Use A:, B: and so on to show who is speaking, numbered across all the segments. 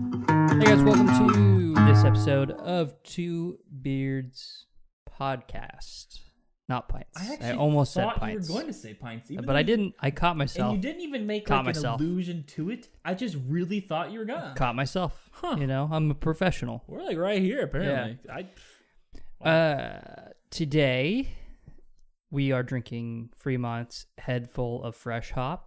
A: up, you guys? Welcome to this episode of Two Beards Podcast. Not pints.
B: I
A: I,
B: actually
A: almost said
B: thought you were
A: pints,
B: going to say pints, even
A: but
B: though
A: I
B: you-
A: didn't. I caught myself.
B: And you didn't even make
A: Caught
B: like,
A: myself.
B: an allusion to it. I just really thought you were gonna.
A: Caught myself.
B: Huh.
A: You know, I'm a professional.
B: We're like right here, apparently. I
A: Uh, today we are drinking Fremont's head full of fresh hop.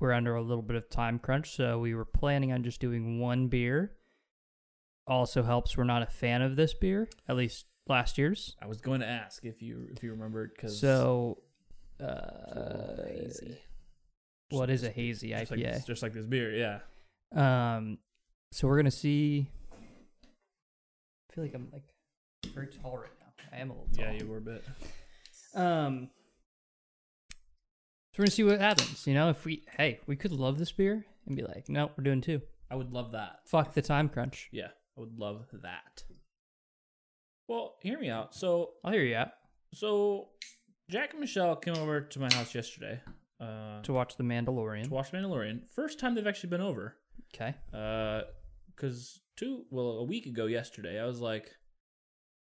A: We're under a little bit of time crunch, so we were planning on just doing one beer. Also helps we're not a fan of this beer, at least last year's.
B: I was going to ask if you if you remembered because
A: So, uh, what is a hazy
B: just like,
A: IPA?
B: just like this beer, yeah.
A: Um, so we're gonna see. I feel like I'm like very tall right now. I am a little tall.
B: Yeah, you were a bit.
A: Um, so we're gonna see what happens. You know, if we hey, we could love this beer and be like, no, we're doing two.
B: I would love that.
A: Fuck the time crunch.
B: Yeah, I would love that. Well, hear me out. So
A: I'll hear you out
B: so Jack and Michelle came over to my house yesterday uh,
A: to watch The Mandalorian.
B: to watch Mandalorian. First time they've actually been over.
A: Okay.
B: because Uh, two well a week ago yesterday i was like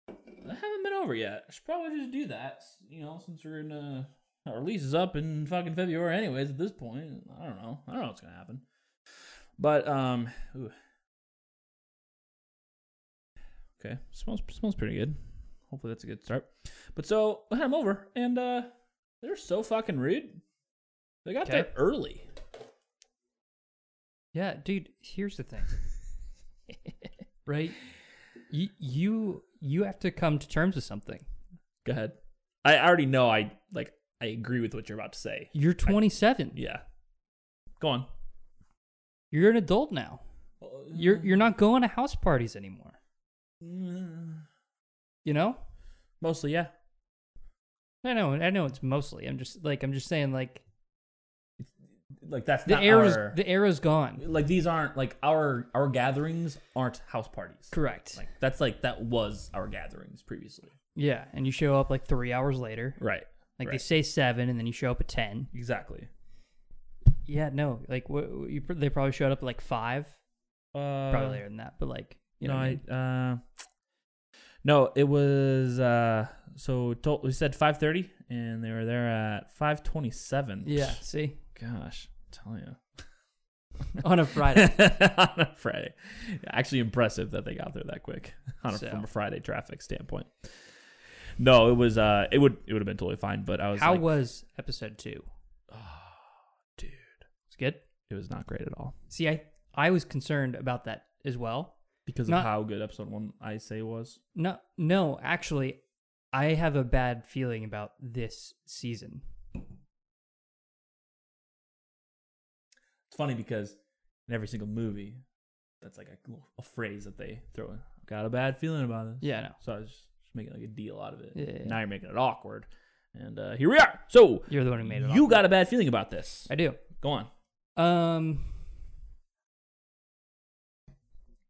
B: i haven't been over yet i should probably just do that you know since we're in uh our lease is up in fucking february anyways at this point i don't know i don't know what's gonna happen but um ooh. okay smells smells pretty good hopefully that's a good start but so i'm over and uh they're so fucking rude they got
A: Okay.
B: there early
A: Yeah, dude. Here's the thing. right. You you you have to come to terms with something.
B: Go ahead. I already know I like I agree with what you're about to say.
A: You're 27.
B: Yeah. Go on.
A: You're an adult now. You're
B: Mm.
A: you're not going to house parties anymore. You know.
B: mostly yeah.
A: I know. I know. It's mostly. I'm just like I'm just saying. Like
B: Like that's
A: the
B: not
A: era's
B: our-
A: the era's gone.
B: like these aren't like our our gatherings aren't house parties.
A: Correct.
B: Like that's like that was our gatherings previously.
A: Yeah, and you show up like three hours later.
B: Right.
A: Like they
B: Right.
A: say seven, and then you show up at ten.
B: Exactly.
A: Yeah, no, like what you, pr- they probably showed up at like five,
B: Uh,
A: probably later than that. But like, you know, what I mean?
B: uh, no, it was uh, so to- we said five thirty, and they were there at five twenty seven.
A: yeah. See,
B: Gosh, tell you.
A: on a Friday.
B: on a Friday. Actually, impressive that they got there that quick on a,
A: So.
B: from a Friday traffic standpoint. No, it was. Uh, it would. It would have been totally fine. But I was.
A: How
B: like, Ah,
A: was episode two?
B: dude?
A: It's good.
B: It was not great at all
A: See, I I was concerned about that as well.
B: because
A: Not-
B: of how good episode one I say was.
A: No, no, actually, I have a bad feeling about this season.
B: It's funny because in every single movie, that's like a, a phrase that they throw in. Got a bad feeling about this.
A: Yeah, no,
B: So I was just making like a deal out of it.
A: Yeah.
B: Now you're making it awkward, and uh, here we are. So
A: you're the one who made it.
B: you
A: awkward.
B: got a bad feeling about this.
A: I do.
B: Go on.
A: Um,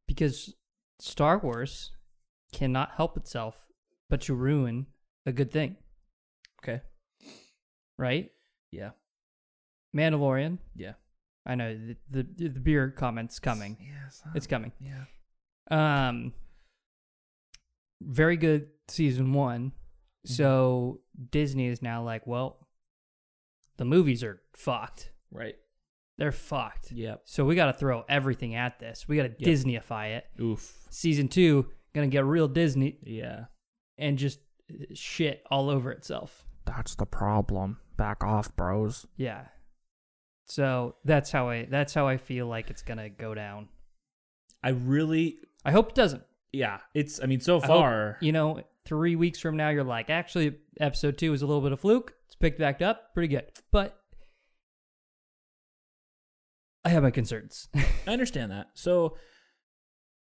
A: because Star Wars cannot help itself but to ruin a good thing,
B: Okay.
A: right?
B: Yeah.
A: Mandalorian.
B: Yeah.
A: I know the the, the beer comments coming.
B: Yes.
A: It's coming.
B: yeah.
A: Um, very good season one. So Disney is now like, well, the movies are fucked.
B: Right.
A: They're fucked.
B: Yep.
A: So we got to throw everything at this. We got to
B: Yeah.
A: Disneyify it.
B: Oof.
A: season two gonna get real Disney
B: Yeah.
A: and just uh, shit all over itself.
B: That's the problem. Back off, bros.
A: Yeah. So that's how I that's how I feel like it's gonna go down.
B: I really,
A: I hope it doesn't.
B: yeah. It's. I mean, so
A: I hope,
B: far,
A: you know, three weeks from now, you're like, actually, episode two was a little bit of fluke. It's picked back up, pretty good. But I have my concerns.
B: I understand that. So,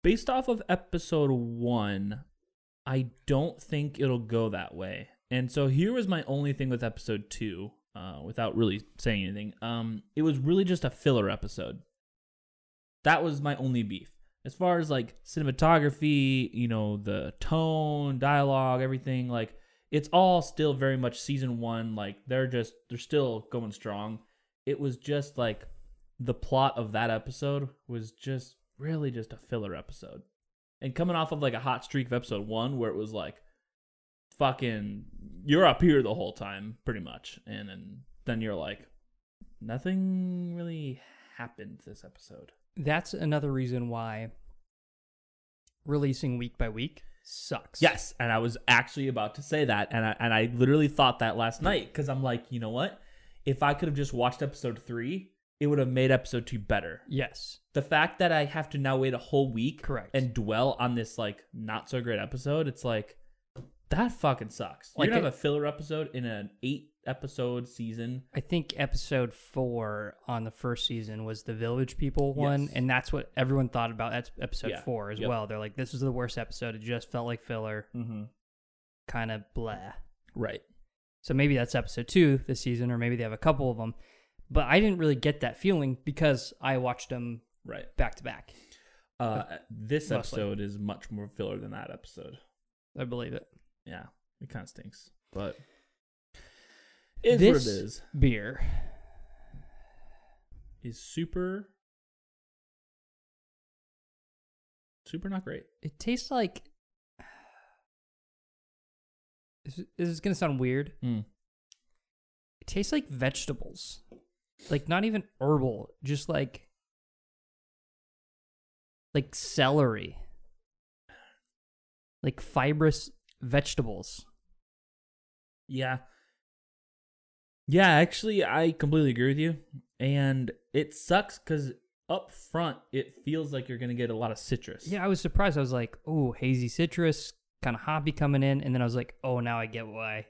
B: based off of episode one, I don't think it'll go that way. And so here was my only thing with episode two, uh, without really saying anything. Um, it was really just a filler episode. That was my only beef. As far as like cinematography, you know, the tone, dialogue, everything, like it's all still very much season one. Like they're just they're still going strong. It was just like the plot of that episode was just really just a filler episode. And coming off of like a hot streak of episode one where it was like fucking you're up here the whole time, pretty much. And then then you're like, nothing really happened this episode.
A: That's another reason why releasing week by week sucks.
B: Yes, and I was actually about to say that, and I and I literally thought that last night because I'm like, you know what? If I could have just watched episode three, it would have made episode two better.
A: Yes.
B: The fact that I have to now wait a whole week,
A: Correct.
B: and dwell on this like not so great episode, it's like that fucking sucks. Like
A: Like
B: you have
A: it-
B: a filler episode in an eight episode season.
A: I think episode four on the first season was the Village People one,
B: Yes.
A: and that's what everyone thought about. That's episode
B: Yeah.
A: four as
B: Yep.
A: well. They're like, this is the worst episode. It just felt like filler,
B: Mm-hmm.
A: kind of blah.
B: Right.
A: So maybe that's episode two this season, or maybe they have a couple of them. But I didn't really get that feeling because I watched them
B: Right.
A: back to back.
B: Uh, this
A: Mostly.
B: episode is much more filler than that episode.
A: I believe it.
B: Yeah, it kind of stinks, but
A: It is
B: what
A: This-
B: it is.
A: Beer.
B: is super super not great.
A: It tastes like. This is- this is going to sound weird. It tastes like vegetables. Like not even herbal, just like like celery. Like fibrous vegetables.
B: Yeah. Yeah, actually I completely agree with you. And it sucks cuz up front it feels like you're going to get a lot of citrus.
A: Yeah, I was surprised. I was like, "Oh, hazy citrus, kind of hoppy coming in." And then I was like, "Oh, now I get why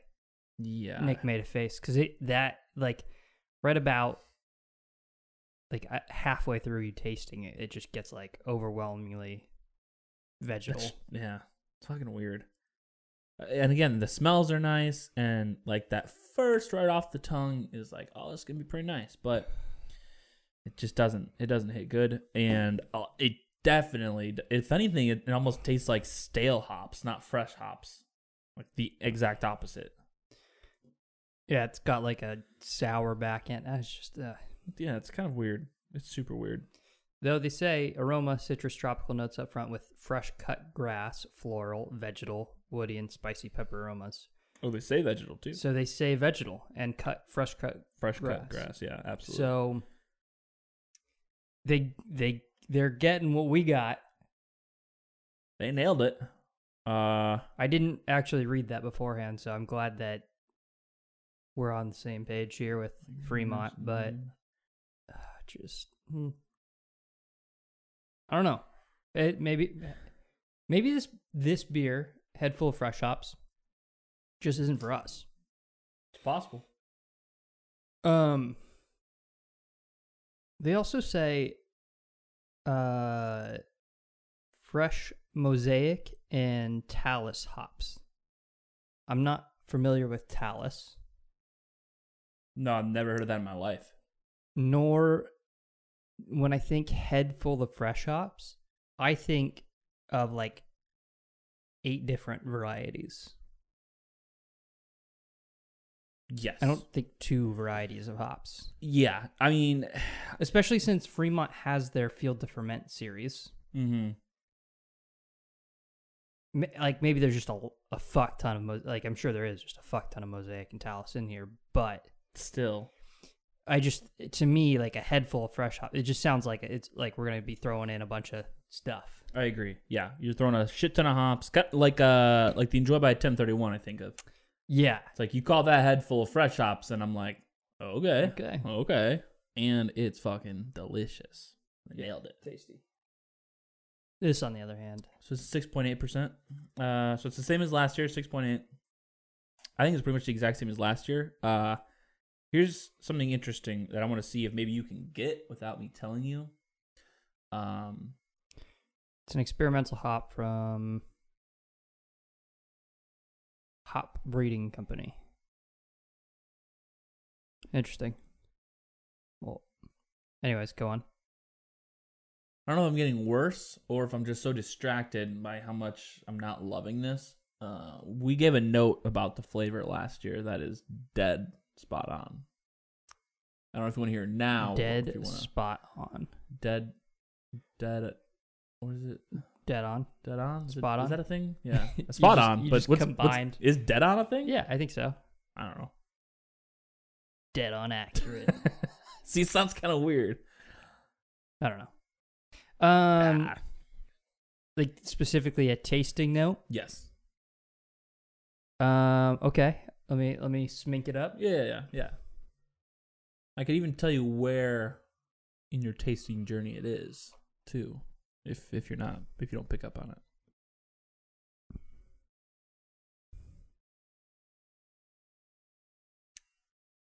B: Yeah.
A: Nick made a face cuz it that like right about like uh, halfway through you tasting it, it just gets like overwhelmingly vegetal.
B: That's- yeah. It's fucking weird. Uh, And again, the smells are nice and like that first right off the tongue is like, "Oh, this is going to be pretty nice." But it just doesn't it doesn't hit good and uh, it definitely if anything it, it almost tastes like stale hops, not fresh hops. Like the exact opposite.
A: Yeah, it's got like a sour back end. That's just uh,
B: Yeah, it's kind of weird. It's super weird.
A: Though they say aroma, citrus, tropical notes up front with fresh cut grass, floral, vegetal, woody, and spicy pepper aromas.
B: Oh, they say vegetal too.
A: So they say vegetal and cut fresh cut.
B: Fresh
A: grass.
B: cut grass, yeah, absolutely.
A: So they they they're getting what we got.
B: they nailed it. Uh
A: I didn't actually read that beforehand, so I'm glad that we're on the same page here with Fremont. But uh, just hmm. I don't know. It maybe maybe this this beer head full of fresh hops just isn't for us.
B: it's possible.
A: Um they also say uh fresh mosaic and talus hops. I'm not familiar with talus
B: No, I've never heard of that in my life.
A: nor when I think head full of fresh hops, I think of like eight different varieties.
B: Yes.
A: I don't think two varieties of hops,
B: Yeah, I mean,
A: especially since Fremont has their field to ferment series.
B: mhm.
A: M- Like maybe there's just a, a fuck ton of mo- like I'm sure there is just a fuck ton of mosaic and talus in here, but
B: still.
A: I just to me like a head full of fresh hop, it just sounds like it's like we're gonna be throwing in a bunch of stuff.
B: I agree. Yeah, you're throwing a shit ton of hops, cut like uh like the enjoy by 1031. I think of
A: Yeah,
B: it's like you call that head full of fresh hops, and I'm like, okay,
A: Okay.
B: okay, and it's fucking delicious. I nailed it.
A: tasty. This, on the other hand,
B: So it's six point eight percent. Uh, so it's the same as last year, six point eight. I think it's pretty much the exact same as last year. Uh, here's something interesting that I want to see if maybe you can get without me telling you. Um,
A: It's an experimental hop from Hop Breeding Company. Interesting. Well, anyways, go on.
B: I don't know if I'm getting worse or if I'm just so distracted by how much I'm not loving this. Uh, we gave a note about the flavor last year that is dead spot on. I don't know if you want to hear it now. or if
A: Dead
B: you wanna-
A: spot on.
B: dead, dead Or is it
A: Dead on.
B: dead on? Is it-
A: Spot
B: Is
A: on.
B: that a thing? Yeah,
A: You
B: spot
A: just-
B: on.
A: you
B: But
A: just
B: what's, what's-
A: combined.
B: is dead on a thing?
A: Yeah, I think so.
B: I don't know.
A: Dead on accurate.
B: See, it sounds kind of weird.
A: I don't know. Um,
B: Ah,
A: like specifically a tasting note.
B: yes.
A: Um, okay. Let me let me smink it up.
B: Yeah, yeah, yeah, yeah. I could even tell you where in your tasting journey it is too, if if you're not if you don't pick up on it.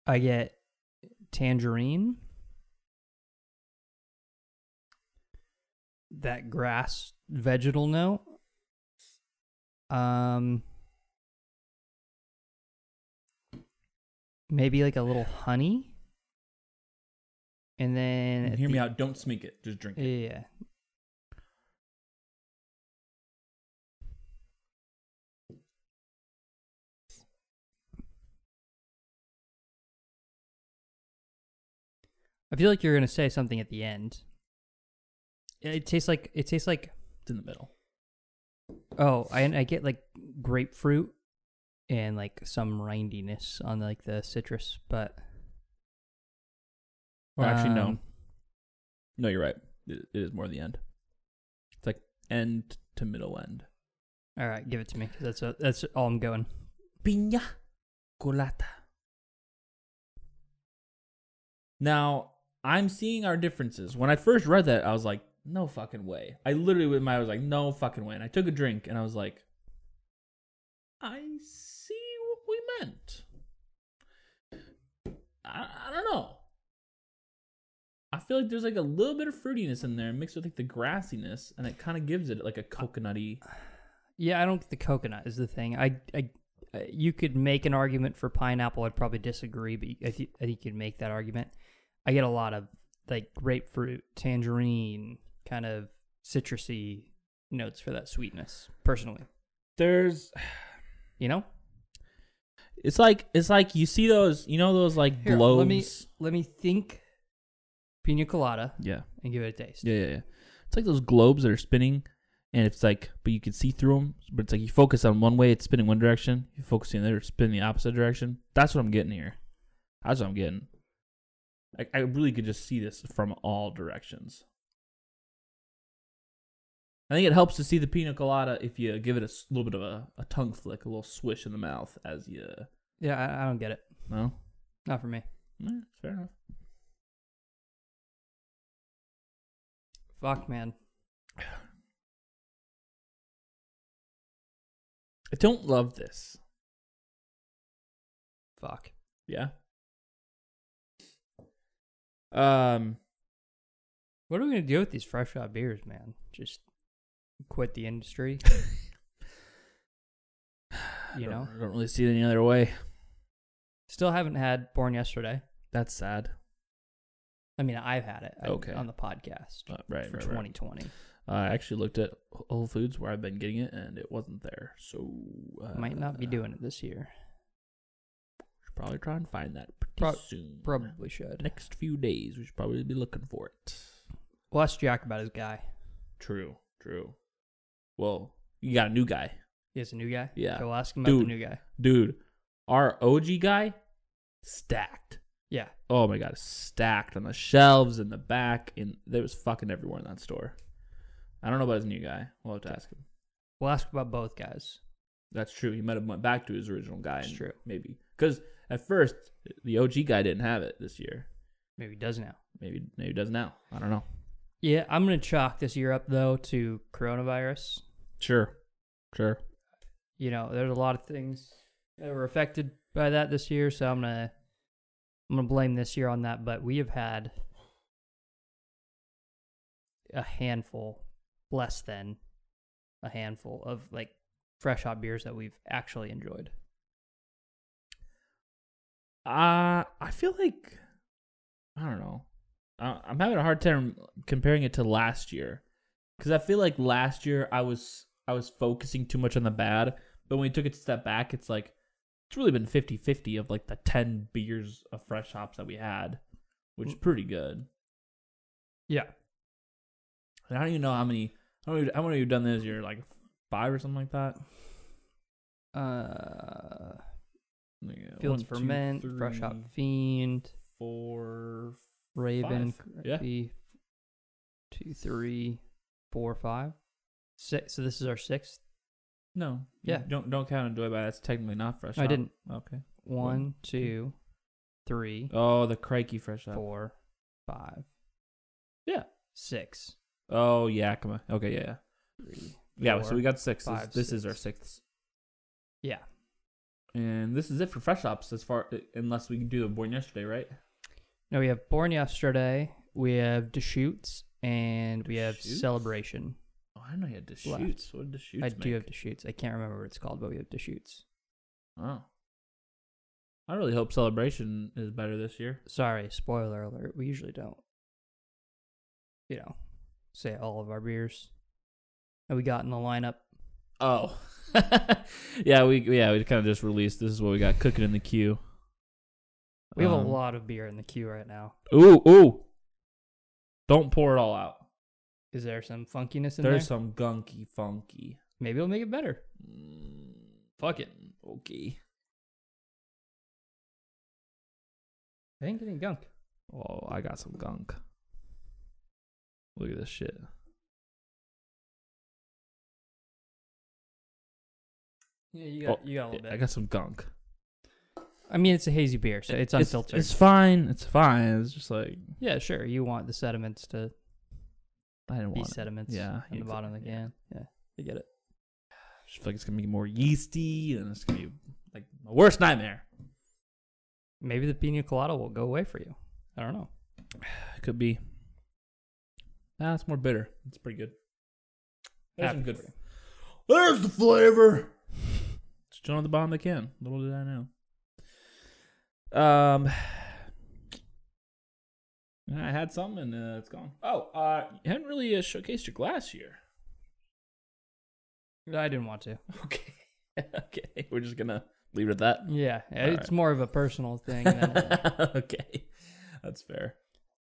A: I get tangerine. That grass vegetal note. Um maybe like a little honey. And then
B: And
A: at
B: hear me
A: the-
B: out. Don't smink it. Just drink it.
A: Yeah. I feel like you're gonna say something at the end. It tastes like it tastes like
B: It's in the middle.
A: oh I I get like grapefruit and like some rindiness on like the citrus, but
B: Or actually, no.
A: um,
B: No, you're right. It, it is more the end. It's like end to middle end.
A: All right, give it to me. 'cause That's a, that's all I'm going.
B: Piña colata. Now, I'm seeing our differences. When I first read that, I was like, no fucking way. I literally with my I was like, no fucking way. And I took a drink and I was like, I see what we meant. I, I don't know. I feel like there's like a little bit of fruitiness in there mixed with like the grassiness and it kind of gives it like a coconutty.
A: Yeah, I don't get the coconut is the thing. I, I, I- you could make an argument for pineapple. I'd probably disagree, but I, th- I think you'd make that argument. I get a lot of like grapefruit, tangerine, kind of citrusy notes for that sweetness. Personally,
B: There's
A: you know.
B: It's like it's like you see those, you know those like
A: Here,
B: globes.
A: Let me let me think. Pina colada
B: yeah,
A: and give it a taste.
B: yeah, yeah, yeah. It's like those globes that are spinning, and it's like, but you can see through them. But it's like you focus on one way, it's spinning one direction. You focus on the other, it's spinning the opposite direction. That's what I'm getting here. That's what I'm getting. Like I really could just see this from all directions. I think it helps to see the pina colada if you give it a s- little bit of a, a tongue flick, a little swish in the mouth as you.
A: Yeah, I, I don't get it.
B: No,
A: Not for me.
B: Eh, fair enough.
A: Fuck, man.
B: I don't love this.
A: Fuck.
B: Yeah. Um.
A: What are we gonna do with these fresh hot beers, man? Just quit the industry. You
B: I don't-
A: know?
B: I don't really see it any other way.
A: Still haven't had born yesterday.
B: That's sad.
A: I mean, I've had it. I-
B: Okay.
A: on the podcast
B: Uh, right,
A: for
B: right, right.
A: 2020.
B: I actually looked at Whole Foods where I've been getting it, and it wasn't there. So uh,
A: Might not be doing it this year.
B: Should probably try and find that pretty
A: Prob-
B: soon.
A: Probably should.
B: Next few days, we should probably be looking for it.
A: We'll ask Jack about his guy.
B: True. True. Well, you got a new guy,
A: He has a new guy.
B: Yeah.
A: So we'll ask him about
B: Dude.
A: the new guy.
B: dude. Our OG guy, stacked.
A: Yeah.
B: oh my god, stacked on the shelves in the back, and there was fucking everywhere in that store. I don't know about his new guy. We'll have to ask him.
A: We'll ask about both guys.
B: That's true. He might have went back to his original guy.
A: That's
B: and
A: true.
B: Maybe because at first the OG guy didn't have it this year.
A: Maybe he does now.
B: Maybe maybe he does now. I don't know.
A: Yeah, I'm gonna chalk this year up though to coronavirus.
B: Sure, sure.
A: you know, there's a lot of things that were affected by that this year, so I'm gonna I'm gonna blame this year on that. But we have had a handful, less than a handful of like fresh hot beers that we've actually enjoyed.
B: Uh I feel like I don't know. I, I'm having a hard time comparing it to last year because I feel like last year I was I was focusing too much on the bad, but when we took it a step back, it's like it's really been 50-50 of like the ten beers of fresh hops that we had, which is pretty good.
A: Yeah.
B: And I don't even know how many I don't. know- I wouldn't have done this. You're like five or something like that.
A: Uh,
B: Like, uh,
A: Fields
B: one,
A: for
B: two,
A: Men, Fresh Hop
B: three,
A: Fiend,
B: Four.
A: Raven,
B: Five, yeah.
A: Crappie, two, three, four, five, six. So this is our sixth.
B: No.
A: Yeah.
B: Don't don't count Enjoy by. That's technically not fresh.
A: No, I
B: hop.
A: didn't.
B: Okay.
A: One,
B: One,
A: two, three,
B: Oh, the crikey fresh hop.
A: four, five.
B: Yeah.
A: Six.
B: Oh, Yakima. Okay, yeah, yeah.
A: Three,
B: Yeah, so
A: four.
B: we got six. This-
A: five,
B: this is our
A: six.
B: sixth.
A: Yeah.
B: And this is it for fresh hops as far unless we do the born yesterday, right?
A: No, we have Born Yesterday, we have Deschutes, and we have
B: Deschutes?
A: Celebration.
B: Oh, I know you had Deschutes. What did Deschutes
A: I
B: make?
A: do have Deschutes. I can't remember what it's called, but we have Deschutes.
B: Oh. I really hope Celebration is better this year.
A: Sorry, spoiler alert. We usually don't, you know, say all of our beers that we got in the lineup.
B: Oh. yeah, we yeah, we kind of just released this is what we got cooking in the queue.
A: We have
B: Um,
A: a lot of beer in the queue right now.
B: Ooh, ooh. Don't pour it all out.
A: Is there some funkiness in
B: There's
A: there?
B: some gunky funky.
A: Maybe it'll make it better.
B: Mm,
A: Fuck it.
B: okay.
A: I ain't getting gunk.
B: Oh, I got some gunk. Look at this shit.
A: Yeah, you
B: got-
A: got, you got a little
B: I
A: bit.
B: got some gunk.
A: I mean, it's a hazy beer, so it's unfiltered.
B: It's, fine. It's fine. It's just like
A: yeah, sure. You want the sediments to
B: I didn't
A: be
B: want. It.
A: sediments
B: Yeah,
A: in the
B: exa-
A: bottom of the
B: yeah.
A: can. Yeah, you get it.
B: I just feel like it's gonna be more yeasty, and it's gonna be like my worst nightmare.
A: Maybe the pina colada will go away for you. I don't know.
B: It could be. Nah, it's more bitter. It's pretty good. There's some
A: Happy
B: good.
A: for you.
B: There's the flavor. It's still on the bottom of the can. Little did I know. Um, I had some and uh, it's gone. Oh, uh, you haven't really uh, showcased your glass here.
A: I didn't want to.
B: Okay. okay. We're just gonna leave it at
A: Yeah,
B: All
A: it's more of a personal thing than a-
B: that. okay. That's fair.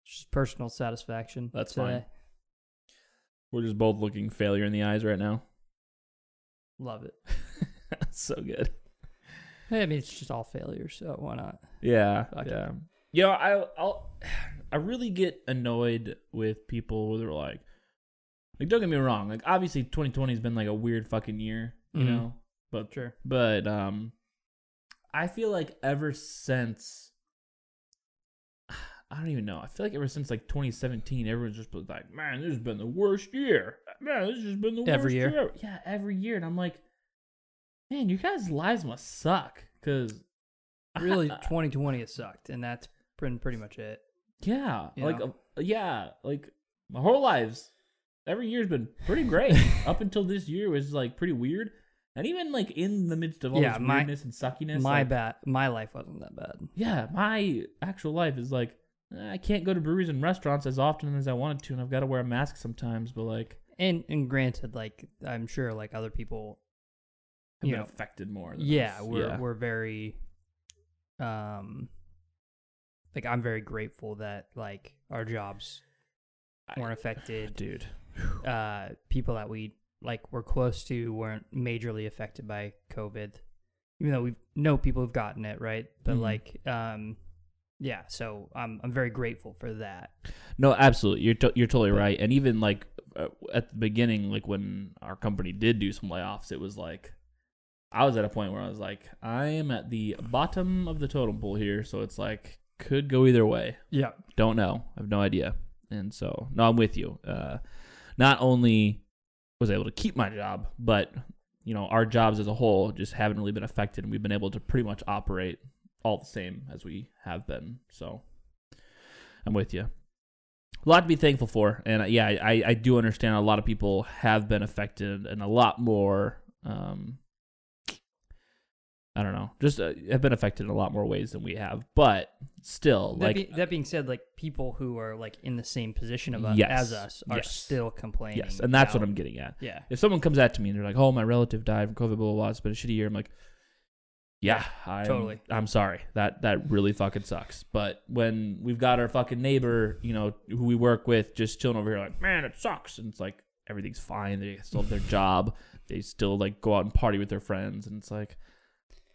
A: just personal satisfaction.
B: That's
A: today.
B: fine. We're just both looking failure in the eyes right now.
A: Love it.
B: so good.
A: I mean, it's just all failure, so why not?
B: Yeah.
A: Fuck it.
B: Yeah. Yeah, I I'll I really get annoyed with people where they're like like don't get me wrong, like obviously 2020 has been like a weird fucking year, you
A: Mhm.
B: know. But
A: Sure.
B: but um i feel like ever since i don't even know i feel like ever since like 2017 everyone's just been like man this has been the worst year man this has been the
A: Every
B: worst
A: year.
B: ever." yeah every year and i'm like man you guys lives must suck because
A: Really, 2020 has sucked, and that's been pretty much it.
B: yeah
A: You
B: like
A: know?
B: uh, yeah like my whole lives every year's been pretty great up until this year was like pretty weird and even like in the midst of all
A: Yeah,
B: this
A: my-
B: weirdness and suckiness
A: my
B: like,
A: bad. My life wasn't that bad.
B: yeah, my actual life is like eh, I can't go to breweries and restaurants as often as I wanted to, and I've got to wear a mask sometimes. But like,
A: And and granted, like I'm sure, like other people,
B: I've
A: you
B: been
A: know,
B: affected more. than
A: yeah,
B: us.
A: we're
B: yeah.
A: we're very, um, like I'm very grateful that like our jobs
B: I-
A: weren't affected.
B: dude.
A: uh, people that we like were close to weren't majorly affected by COVID, even though we know people who've gotten it, right? But
B: Mhm.
A: like, um, yeah. So I'm I'm very grateful for that.
B: No, absolutely. You're to- you're totally
A: But-
B: right. And even like uh, at the beginning, like when our company did do some layoffs, it was like I was at a point where I was like, I am at the bottom of the totem pole here, so it's like could go either way.
A: Yeah.
B: don't know. I have no idea. And so, no, I'm with you. Uh, not only was I able to keep my job, but you know, our jobs as a whole just haven't really been affected, and we've been able to pretty much operate all the same as we have been. So, I'm with you. A lot to be thankful for, and uh, yeah, I, I do understand a lot of people have been affected, and a lot more. Um, I don't know, just uh, have been affected in a lot more ways than we have, but still,
A: that,
B: like
A: be, that being said, like people who are like in the same position of us,
B: Yes.
A: as us are
B: Yes.
A: still complaining.
B: Yes, and that's what
A: about-
B: I'm getting at.
A: Yeah.
B: If someone comes at me and they're like, "Oh, my relative died from COVID," blah blah blah, it's been a shitty year. I'm like, "Yeah, I'm,
A: totally.
B: I'm sorry. That that really fucking sucks." But when we've got our fucking neighbor, you know, who we work with, just chilling over here, like, "Man, it sucks," and it's like everything's fine. They still have their job. They still like go out and party with their friends, and it's like,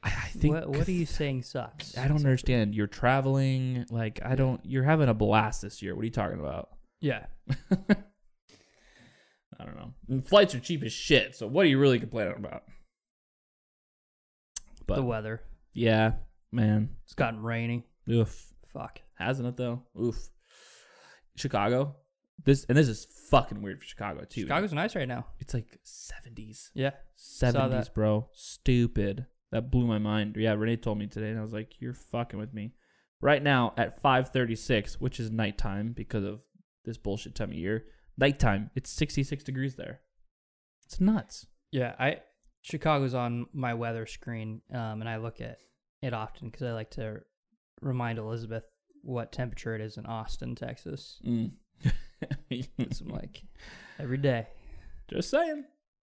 B: I, I think
A: what, what are you saying sucks?
B: I don't understand. You're traveling. Like I don't. You're having a blast this year. What are you talking about?
A: Yeah.
B: I don't know. And flights are cheap as shit. So what are you really complaining about?
A: the
B: But
A: weather.
B: yeah, man.
A: It's gotten rainy.
B: Oof.
A: Fuck.
B: Hasn't it though? Oof. Chicago. This and this is fucking weird for Chicago too.
A: Chicago's nice right now.
B: It's like seventies.
A: Yeah.
B: Seventies,
A: that.
B: bro. Stupid. That blew my mind. Yeah, Renee told me today, and I was like, "You're fucking with me." Right now at five thirty-six, which is nighttime because of this bullshit time of year. Nighttime, it's sixty-six degrees there. It's nuts.
A: Yeah. I Chicago's on my weather screen, um, and I look at it often because I like to remind Elizabeth what temperature it is in Austin, Texas.
B: Mm.
A: It's like every day.
B: just saying.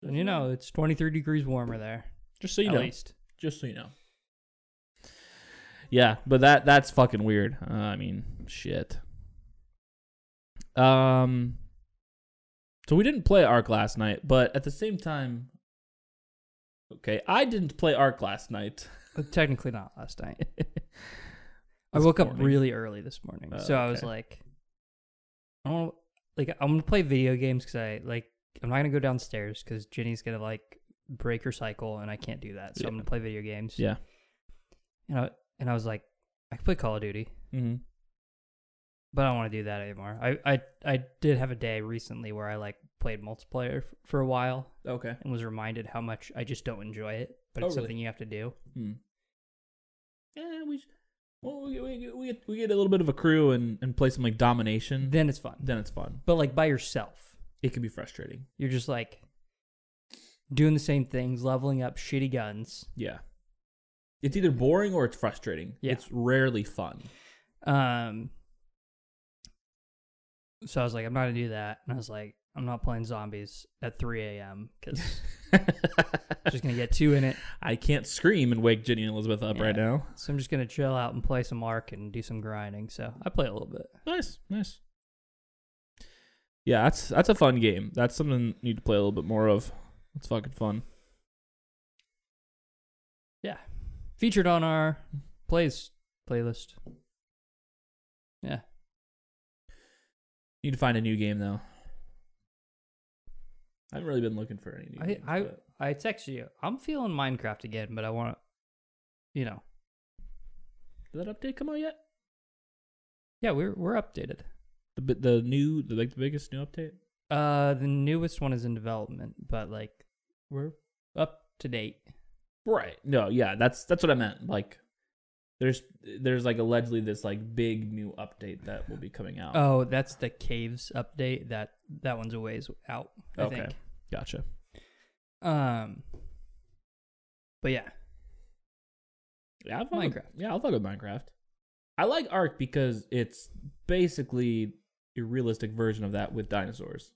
A: And you know, it's 23 degrees warmer there.
B: just so you
A: at
B: know.
A: least.
B: just so you know. Yeah, but that that's fucking weird. Uh, I mean, shit. Um, so we didn't play Arc last night, but at the same time, okay, I didn't play Arc last night.
A: But technically not last night. I
B: This
A: woke up
B: morning.
A: really early this morning,
B: Oh,
A: so I was
B: okay.
A: like, I want like I'm gonna play video games because I like I'm not gonna go downstairs because Jenny's gonna like break her cycle and I can't do that, so I'm
B: Yeah.
A: gonna play video games.
B: Yeah.
A: and I and I was like, I could play Call of Duty,
B: Mm-hmm.
A: but I don't want to do that anymore. I I I did have a day recently where I like played multiplayer f- for a while
B: Okay.
A: and was reminded how much I just don't enjoy it, but
B: Oh,
A: it's
B: really?
A: something you have to do.
B: Hmm. Yeah, we. sh- Well, we, we, we, get, we get a little bit of a crew and, and play some like domination.
A: Then it's fun,
B: Then it's fun.
A: but like by yourself.
B: It can be frustrating.
A: You're just like doing the same things, leveling up shitty guns.
B: Yeah. It's either boring or it's frustrating.
A: Yeah.
B: It's rarely fun.
A: Um so I was like, I'm not gonna do that. And I was like, I'm not playing zombies at 3 a.m. because I'm just gonna get two in it.
B: I can't scream and wake Ginny and Elizabeth up right
A: Yeah.
B: now.
A: So I'm just gonna chill out and play some Ark and do some grinding. So I play a little bit.
B: Nice, nice. Yeah, that's that's a fun game. That's something you need to play a little bit more of. It's fucking fun.
A: Featured on our plays playlist.
B: Need to find a new game though. I haven't really been looking for any new
A: I-
B: games.
A: I-
B: but-
A: I text you. I'm feeling Minecraft again, but I wanna you know.
B: did that update come out yet?
A: Yeah, we're we're updated.
B: The bi- the new the like the biggest new update.
A: Uh, the newest one is in development, but like we're up to date.
B: Right. No, yeah, that's that's what I meant. Like there's there's like allegedly this like big new update that will be coming out.
A: Oh, that's the caves update. That that one's a ways out. I
B: Okay.
A: think.
B: Gotcha.
A: Um, but yeah,
B: Yeah, I'll fuck with-
A: Minecraft.
B: yeah, I'll fuck with Minecraft. I like Ark because it's basically a realistic version of that with dinosaurs.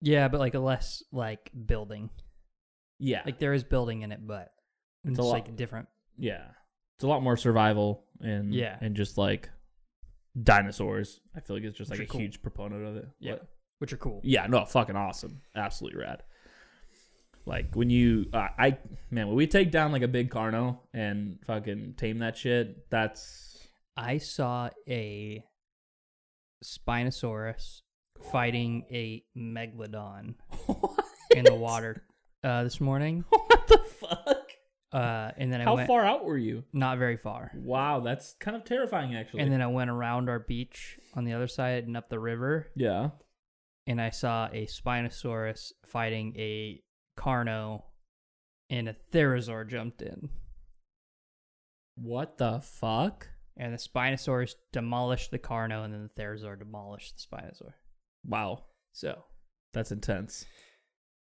A: yeah, but like a less like building.
B: Yeah,
A: Like there is building in it, but
B: It's
A: it's,
B: a lot-
A: like different.
B: yeah, it's a lot more survival and
A: Yeah.
B: and just like dinosaurs. I feel like it's just
A: Which
B: like
A: are
B: a
A: cool.
B: huge proponent of it.
A: Yeah.
B: What?
A: Which are cool.
B: yeah, no, fucking awesome, absolutely rad. Like when you, uh, I man, when we take down like a big Carno and fucking tame that shit, that's
A: I saw a Spinosaurus fighting a megalodon
B: what?
A: in the water uh, this morning,
B: what the fuck?
A: uh, and then I
B: How
A: went
B: far out were you?
A: not very far.
B: Wow, that's kind of terrifying, actually.
A: And then I went around our beach on the other side and up the river,
B: yeah,
A: and I saw a Spinosaurus fighting a Carno, and a Therosaur jumped in.
B: what the fuck?
A: And the Spinosaurus demolished the Carno, and then the Therosaur demolished the Spinosaur.
B: Wow,
A: So
B: that's intense.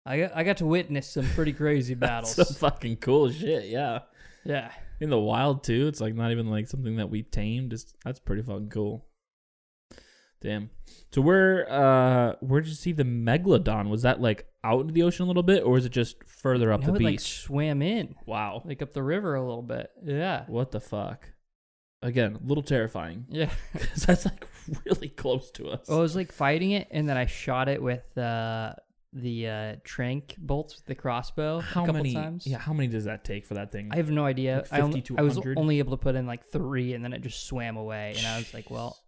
A: I got, I got to witness some pretty crazy battles.
B: That's some fucking cool shit. Yeah,
A: yeah.
B: in the wild too. It's like not even like something that we tamed. It's, that's pretty fucking cool. Damn. So where uh where did you see the megalodon? Was that like out into the ocean a little bit, or was it just further up
A: No,
B: the
A: it like
B: beach?
A: swam in,
B: wow.
A: like up the river a little bit. Yeah.
B: what the fuck? Again, a little terrifying.
A: Yeah.
B: 'Cause that's like really close to us.
A: Well, I was like fighting it, and then I shot it with uh, the uh, trank bolts, with the crossbow.
B: how
A: a couple
B: many?
A: times.
B: Yeah, how many does that take for that thing?
A: I have no idea.
B: Mm. Like
A: I, only,
B: 50 to
A: I was
B: 100?
A: only able to put in like three, and then it just swam away. And I was like, well,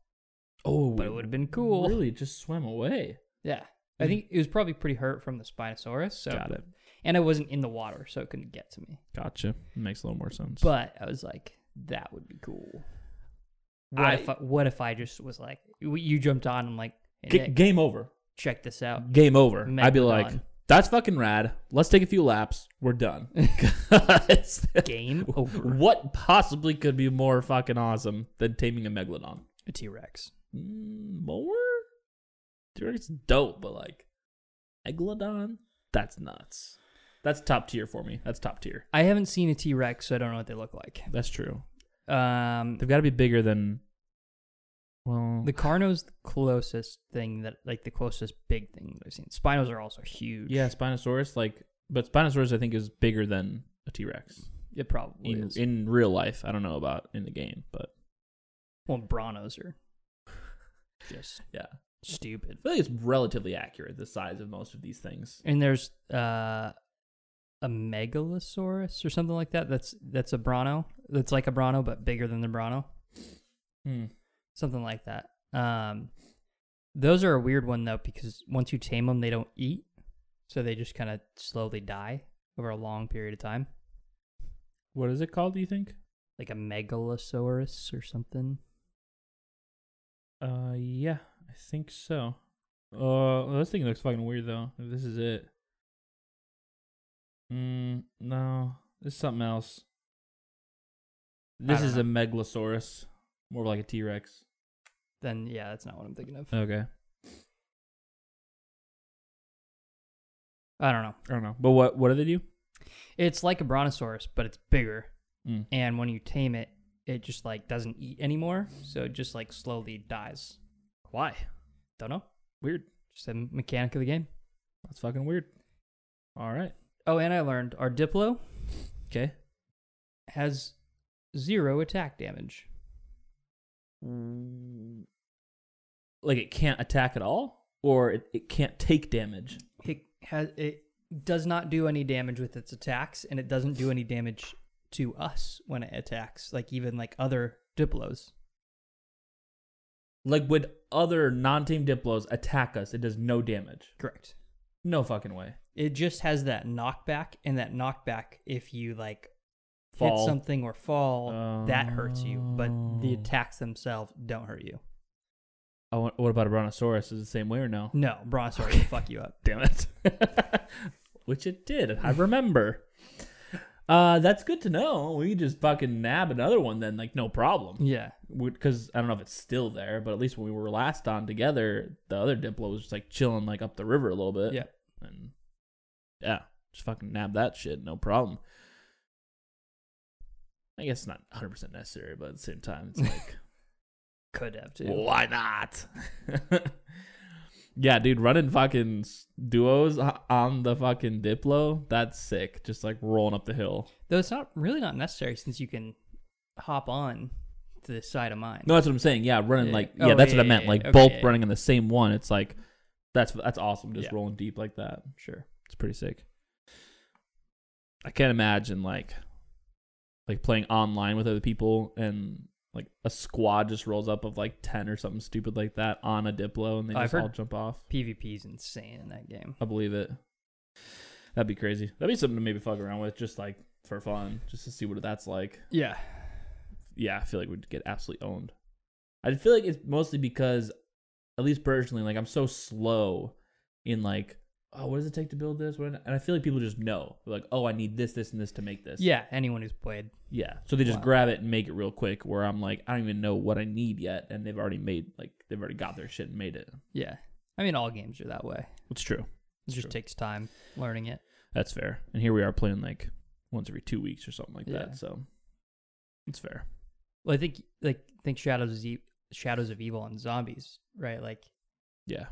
B: oh,
A: but it would have been cool.
B: Really, it just swam away.
A: Yeah. I
B: Mm.
A: think it was probably pretty hurt from the Spinosaurus. So,
B: Got it.
A: And I wasn't in the water, so it couldn't get to me.
B: Gotcha. Makes a little more sense.
A: But I was like, that would be cool. What,
B: I-
A: if, I, what if I just was like, you- you jumped on, I'm like, hey,
B: G-
A: Nick,
B: game over.
A: check this out.
B: Game over. I'd be
A: Megalodon.
B: like, that's fucking rad. Let's take a few laps. We're done. 'Cause
A: Game over.
B: what possibly could be more fucking awesome than taming a megalodon?
A: A T Rex.
B: Mm, More? T-Rex is dope, but like megalodon, that's nuts. That's top tier for me. That's top tier.
A: I haven't seen a T Rex, so I don't know what they look like.
B: That's true.
A: Um,
B: They've got to be bigger than. Well,
A: The Carno's the closest thing that, like, the closest big thing that I've seen. Spinos are also huge.
B: yeah, Spinosaurus. Like, but Spinosaurus, I think, is bigger than a T Rex.
A: it probably
B: in,
A: is.
B: in real life. I don't know about in the game, but
A: well, Bronos are just
B: yeah, I
A: stupid.
B: feel like it's relatively accurate the size of most of these things.
A: And there's uh, a Megalosaurus or something like that. That's that's a Brono. That's like a Brono but bigger than the Brono.
B: Hmm.
A: Something like that. Um, those are a weird one though because once you tame them, they don't eat, so they just kind of slowly die over a long period of time.
B: What is it called? Do you think?
A: Like a Megalosaurus or something.
B: Uh, yeah, I think so. Uh, this thing looks fucking weird though. If this is it. Mm, no, this is something else. This
A: don't
B: is a megalosaurus, more like a T Rex.
A: Then yeah, that's not what I'm thinking of.
B: Okay,
A: I don't know.
B: I don't know. But what what do they do?
A: It's like a brontosaurus, but it's bigger.
B: Mm.
A: And when you tame it, it just like doesn't eat anymore, so it just like slowly dies. Why? Don't know.
B: Weird.
A: Just the mechanic of the game.
B: That's fucking weird. All right.
A: Oh, and I learned our Diplo
B: Okay.
A: has zero attack damage.
B: like Mm. it can't attack at all or it, it can't take damage
A: It has it does not do any damage with its attacks, and it doesn't do any damage to us when it attacks, like even like other Diplos.
B: like would other non-team diplos attack us it does no damage
A: Correct.
B: no fucking way
A: It just has that knockback, and that knockback, if you like
B: Fall.
A: hit something or fall, that hurts you. But the
B: Oh.
A: attacks themselves don't hurt you.
B: oh what- what about a brontosaurus is it the same way or no
A: No, Brontosaurus will fuck you up.
B: damn it which it did i remember uh that's good to know we could just fucking nab another one then like no problem
A: Yeah,
B: because I don't know if it's still there, but at least when we were last on together, the other Diplo was just like chilling like up the river a little bit.
A: Yeah.
B: And yeah, just fucking nab that shit, no problem. I guess it's not 100% necessary, but at the same time, it's like,
A: could have too.
B: why not? yeah, dude, running fucking s- duos o- on the fucking Diplo, that's sick. Just like rolling up the hill.
A: Though it's not really not necessary since you can hop on to the side of mine.
B: No, that's what I'm saying. Yeah, running
A: Yeah.
B: like
A: Oh,
B: yeah, that's
A: yeah,
B: what I
A: yeah,
B: meant.
A: yeah,
B: Like
A: okay,
B: both
A: yeah, yeah.
B: running in the same one. It's like that's that's awesome. Just
A: Yeah.
B: rolling deep like that.
A: Sure.
B: It's pretty sick. I can't imagine like like playing online with other people and like a squad just rolls up of like ten or something stupid like that on a Diplo and they
A: I've
B: just all
A: heard-
B: jump off.
A: PvP's insane in that game.
B: I believe it. That'd be crazy. That'd be something to maybe fuck around with, just like for fun, just to see what that's like.
A: Yeah.
B: yeah, I feel like we'd get absolutely owned. I feel like it's mostly because, at least personally, like I'm so slow in like, oh, what does it take to build this? What- And I feel like people just know, They're like, oh, I need this, this, and this to make this.
A: Yeah, anyone who's played.
B: yeah. So they just
A: Wow.
B: grab it and make it real quick. Where I'm like, I don't even know what I need yet, and they've already made like they've already got their shit and made it.
A: Yeah. I mean, all games are that way.
B: It's true.
A: It just
B: Sure.
A: takes time learning it.
B: That's fair. And here we are playing like once every two weeks or something like
A: Yeah.
B: that. So it's fair.
A: Well, I think like think Shadows of E- Shadows of Evil and Zombies, right? Like
B: Yeah.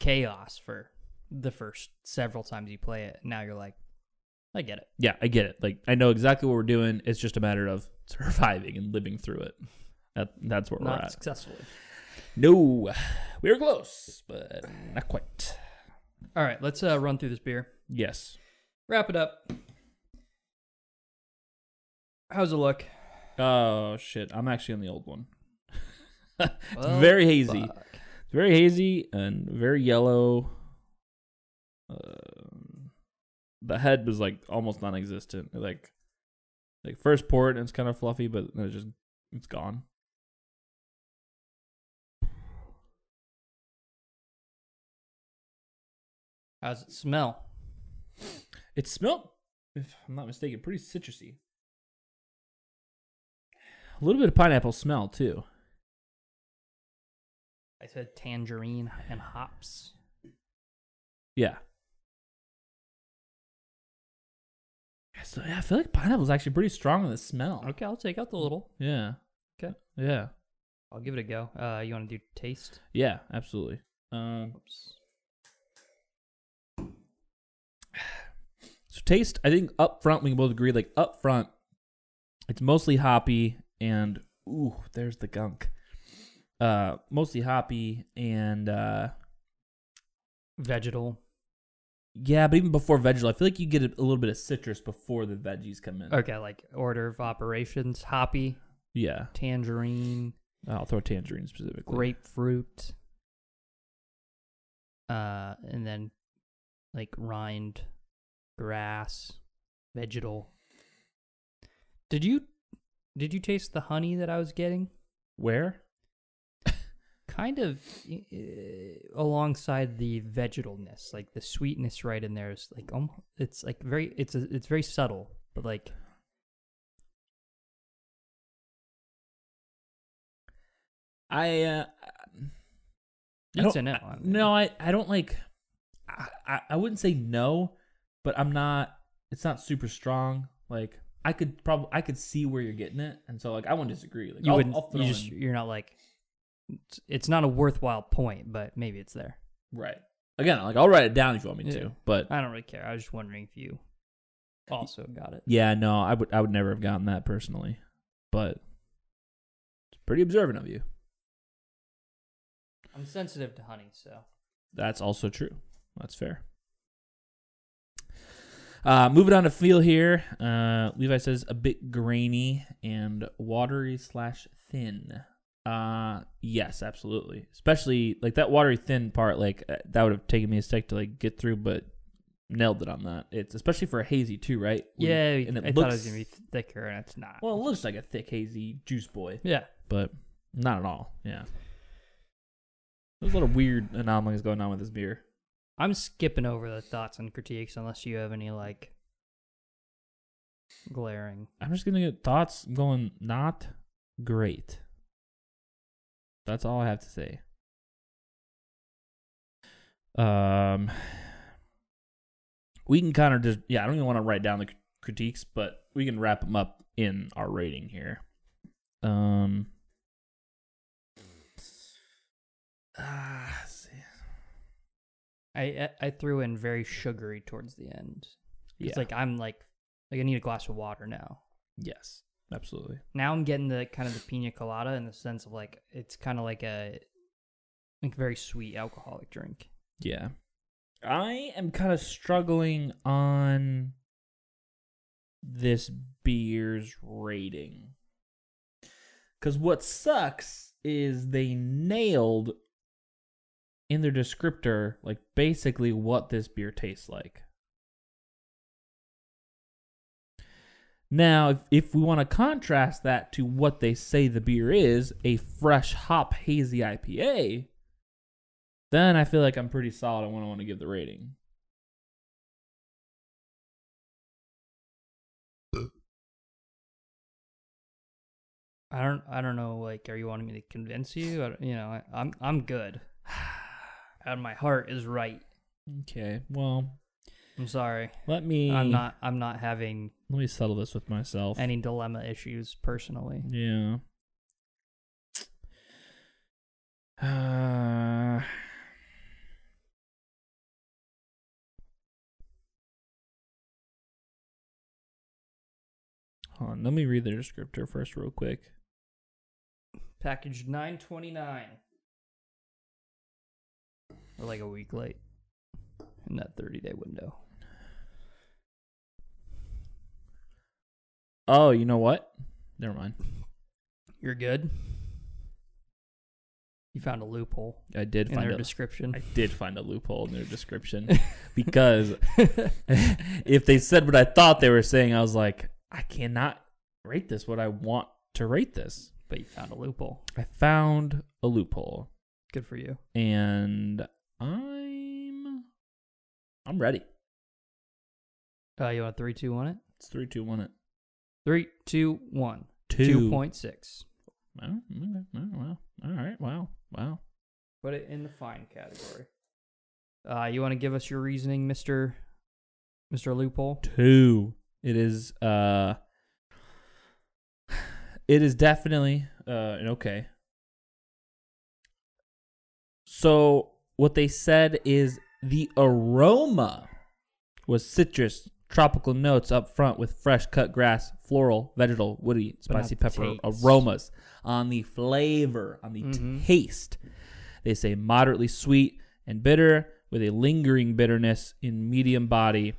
A: chaos for the first several times you play it. Now you're like, I get it.
B: yeah, I get it. Like I know exactly what we're doing. It's just a matter of surviving and living through it. That, that's where we're
A: Not
B: at.
A: successfully.
B: No, we were close, but not quite.
A: All right, let's uh, run through this beer.
B: Yes.
A: Wrap it up. How's it look?
B: Oh shit! I'm actually on the old one. it's
A: Well,
B: very hazy.
A: Oh, fuck.
B: It's very hazy and very yellow. Um the head was like almost non-existent. Like, like first pour it and it's kind of fluffy, but then it just it's gone.
A: How's it smell?
B: It smelled, if I'm not mistaken, pretty citrusy. A little bit of pineapple smell too.
A: I said tangerine and hops.
B: Yeah. So yeah, I feel like pineapple's actually pretty strong in the smell.
A: Okay, I'll take out the little.
B: Yeah.
A: Okay.
B: Yeah.
A: I'll give it a go. Uh, you want to do taste?
B: Yeah. Absolutely. Um,
A: Oops.
B: So taste, I think up front we can both agree. Like up front, it's mostly hoppy and ooh, there's the gunk. Uh, mostly hoppy and uh,
A: Vegetal.
B: yeah, but even before vegetable, I feel like you get a, a little bit of citrus before the veggies come in.
A: Okay, like order of operations. Hoppy,
B: Yeah,
A: tangerine,
B: I'll throw tangerine specifically.
A: grapefruit. Uh, and then like rind, grass, vegetal. Did you did you taste the honey that I was getting?
B: Where?
A: kind of uh, alongside the vegetalness, like the sweetness right in there is like um, it's like very it's a, it's very subtle, but like
B: I uh, I
A: it's
B: don't-
A: a no.
B: I- no, I I don't like. I, I I wouldn't say no, but I'm not. It's not super strong. Like I could probably I could see where you're getting it, and so like I wouldn't disagree. Like
A: you
B: I'll,
A: wouldn't.
B: I'll throw
A: you just
B: in-
A: you're not like it's, it's not a worthwhile point, but maybe it's there.
B: right again. Like I'll write it down if you want me
A: Yeah.
B: to, but
A: I don't really care. I was just wondering if you also got it.
B: yeah, no, I would I would never have gotten that personally, but it's pretty observant of you.
A: I'm sensitive to honey, so
B: That's also true. That's fair. Uh, moving on to feel here. Uh, Levi says a bit grainy and watery slash thin. Uh, yes, absolutely. Especially like that watery thin part. Like uh, that would have taken me a sec to like get through, but nailed it on that. It's especially for a hazy too, right? When-
A: yeah,
B: and
A: I
B: it
A: thought it was
B: looks-
A: gonna be thicker, and it's not.
B: Well, it looks like a thick hazy juice boy,
A: yeah,
B: but not at all. Yeah. There's a lot of weird anomalies going on with this beer.
A: I'm skipping over the thoughts and critiques unless you have any like glaring.
B: I'm just gonna get thoughts going not great. That's all I have to say. Um, we can kind of just yeah. I don't even want to write down the cr- critiques, but we can wrap them up in our rating here. Um, ah, see.
A: I I- I threw in very sugary towards the end.
B: yeah,
A: It's like I'm like like I need a glass of water now.
B: yes, absolutely.
A: Now I'm getting the kind of the pina colada in the sense of like it's kind of like a like very sweet alcoholic drink.
B: Yeah. I am kind of struggling on this beer's rating. Because what sucks is they nailed in their descriptor, like basically what this beer tastes like. Now, if, if we want to contrast that to what they say the beer is, a fresh hop hazy IPA, then I feel like I'm pretty solid on what I want to give the rating.
A: I don't I don't know like are you wanting me to convince you? I, don't- you know I, I'm I'm good. and my heart is right.
B: Okay, well,
A: I'm sorry.
B: let me.
A: I'm not I'm not having
B: Let me settle this with myself.
A: any dilemma issues personally.
B: yeah. Uh, hold on, let me read the descriptor first, real quick.
A: Package 929. We're like a week late in that 30 day window.
B: Oh, you know what? Never mind.
A: You're good. You found a loophole
B: I did
A: in
B: find
A: their
B: a,
A: description.
B: I did find a loophole in their description because if they said what I thought they were saying, I was like, I cannot rate this what I want to rate this.
A: but you found a loophole.
B: I found a loophole
A: Good for you.
B: and I'm I'm ready.
A: Uh, you want a 3 2 on it?
B: It's three, two, one. It
A: 3 2 1.
B: two
A: 2.6.
B: Oh, okay. Oh, wow. All right. Wow. Wow.
A: Put it in the fine category. Uh, you want to give us your reasoning, Mr. Mr. Loophole?
B: Two. It is. Uh. It is definitely uh an okay. So what they said is the aroma was citrus, tropical notes up front with fresh cut grass, floral, vegetal, woody,
A: But not
B: spicy
A: the
B: pepper
A: taste.
B: aromas. On the flavor, on the
A: Mhm.
B: taste, they say moderately sweet and bitter with a lingering bitterness in medium body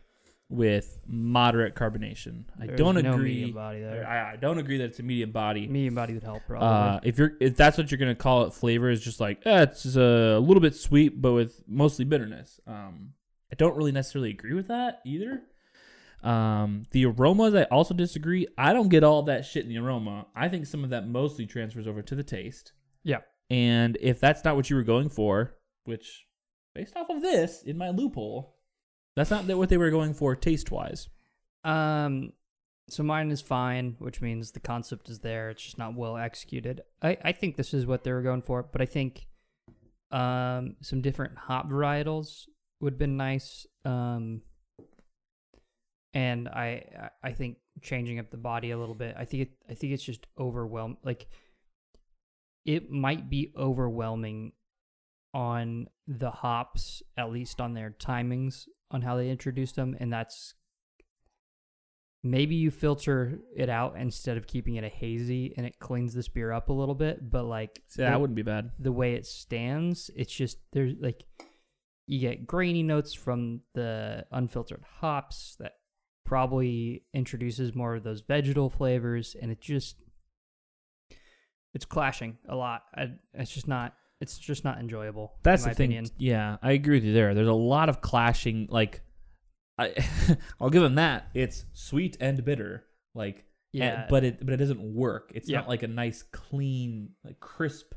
B: with moderate carbonation. I
A: There's
B: don't
A: no
B: agree.
A: Medium body there.
B: I, I don't agree that it's a medium body.
A: medium body would help, probably.
B: Uh, if you're if that's what you're gonna call it, flavor is just like eh, it's just a little bit sweet, but with mostly bitterness. Um, I don't really necessarily agree with that either. Um, the aromas I also disagree. I don't get all that shit in the aroma. I think some of that mostly transfers over to the taste.
A: Yeah.
B: And if that's not what you were going for, which based off of this in my loophole, that's not what they were going for taste wise.
A: Um, so mine is fine, which means the concept is there. It's just not well executed. I, I think this is what they were going for, but I think um, some different hop varietals would have been nice. Um, and I I I think changing up the body a little bit. I think it, I think it's just overwhelm. Like it might be overwhelming on the hops, at least on their timings, on how they introduced them, and that's maybe you filter it out instead of keeping it a hazy and it cleans this beer up a little bit but like
B: So that
A: the,
B: wouldn't be bad.
A: the way it stands it's just there's like you get grainy notes from the unfiltered hops that probably introduces more of those vegetal flavors and it just it's clashing a lot I, it's just not it's just not enjoyable in
B: That's
A: my
B: the thing.
A: opinion.
B: Yeah, I agree with you there. There's a lot of clashing. Like, I, I'll give them that. It's sweet and bitter. Like, and-
A: yeah
B: but it but it doesn't work. It's
A: Yeah.
B: not like a nice, clean, like crisp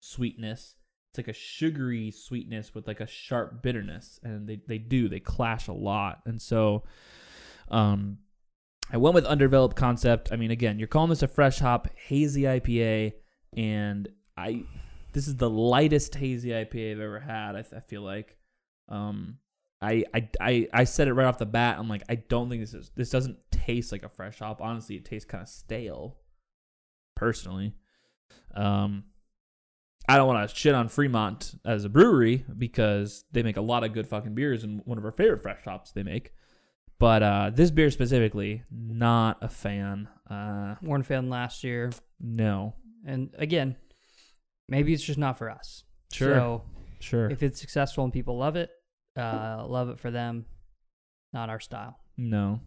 B: sweetness. It's like a sugary sweetness with like a sharp bitterness, and they they do they clash a lot. And so, um, I went with underdeveloped concept. I mean, again, you're calling this a fresh hop hazy IPA, and I this is the lightest hazy IPA I've ever had. I, th- I feel like, um, I, I I I said it right off the bat. I'm like, I don't think this is this doesn't taste like a fresh hop. Honestly, it tastes kind of stale. Personally, um, I don't want to shit on Fremont as a brewery because they make a lot of good fucking beers and one of our favorite fresh hops they make. But uh, this beer specifically, not a fan. Uh,
A: Warren fan last year
B: no,
A: and again maybe it's just not for us so
B: sure.
A: if it's successful and people love it, uh, love it for them. Not our style,
B: no,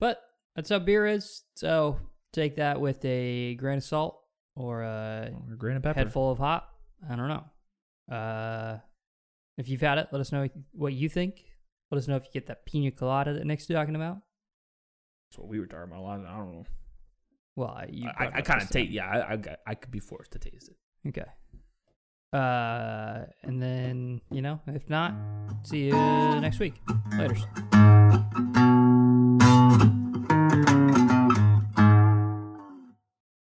A: but that's how beer is. So take that with a grain of salt or a
B: or grain of pepper.
A: head full of hop. I don't know. Uh, if you've had it, let us know what you think. Let us know if you get that pina colada that Nick's talking about.
B: That's what we were talking about. a lot. I don't know.
A: Well, you
B: I,
A: brought it
B: I
A: up
B: kind of
A: just
B: taste. Yeah, I, I got- I could be forced to taste it.
A: now. Okay. Uh, and then you know, if not, see you next week. Later.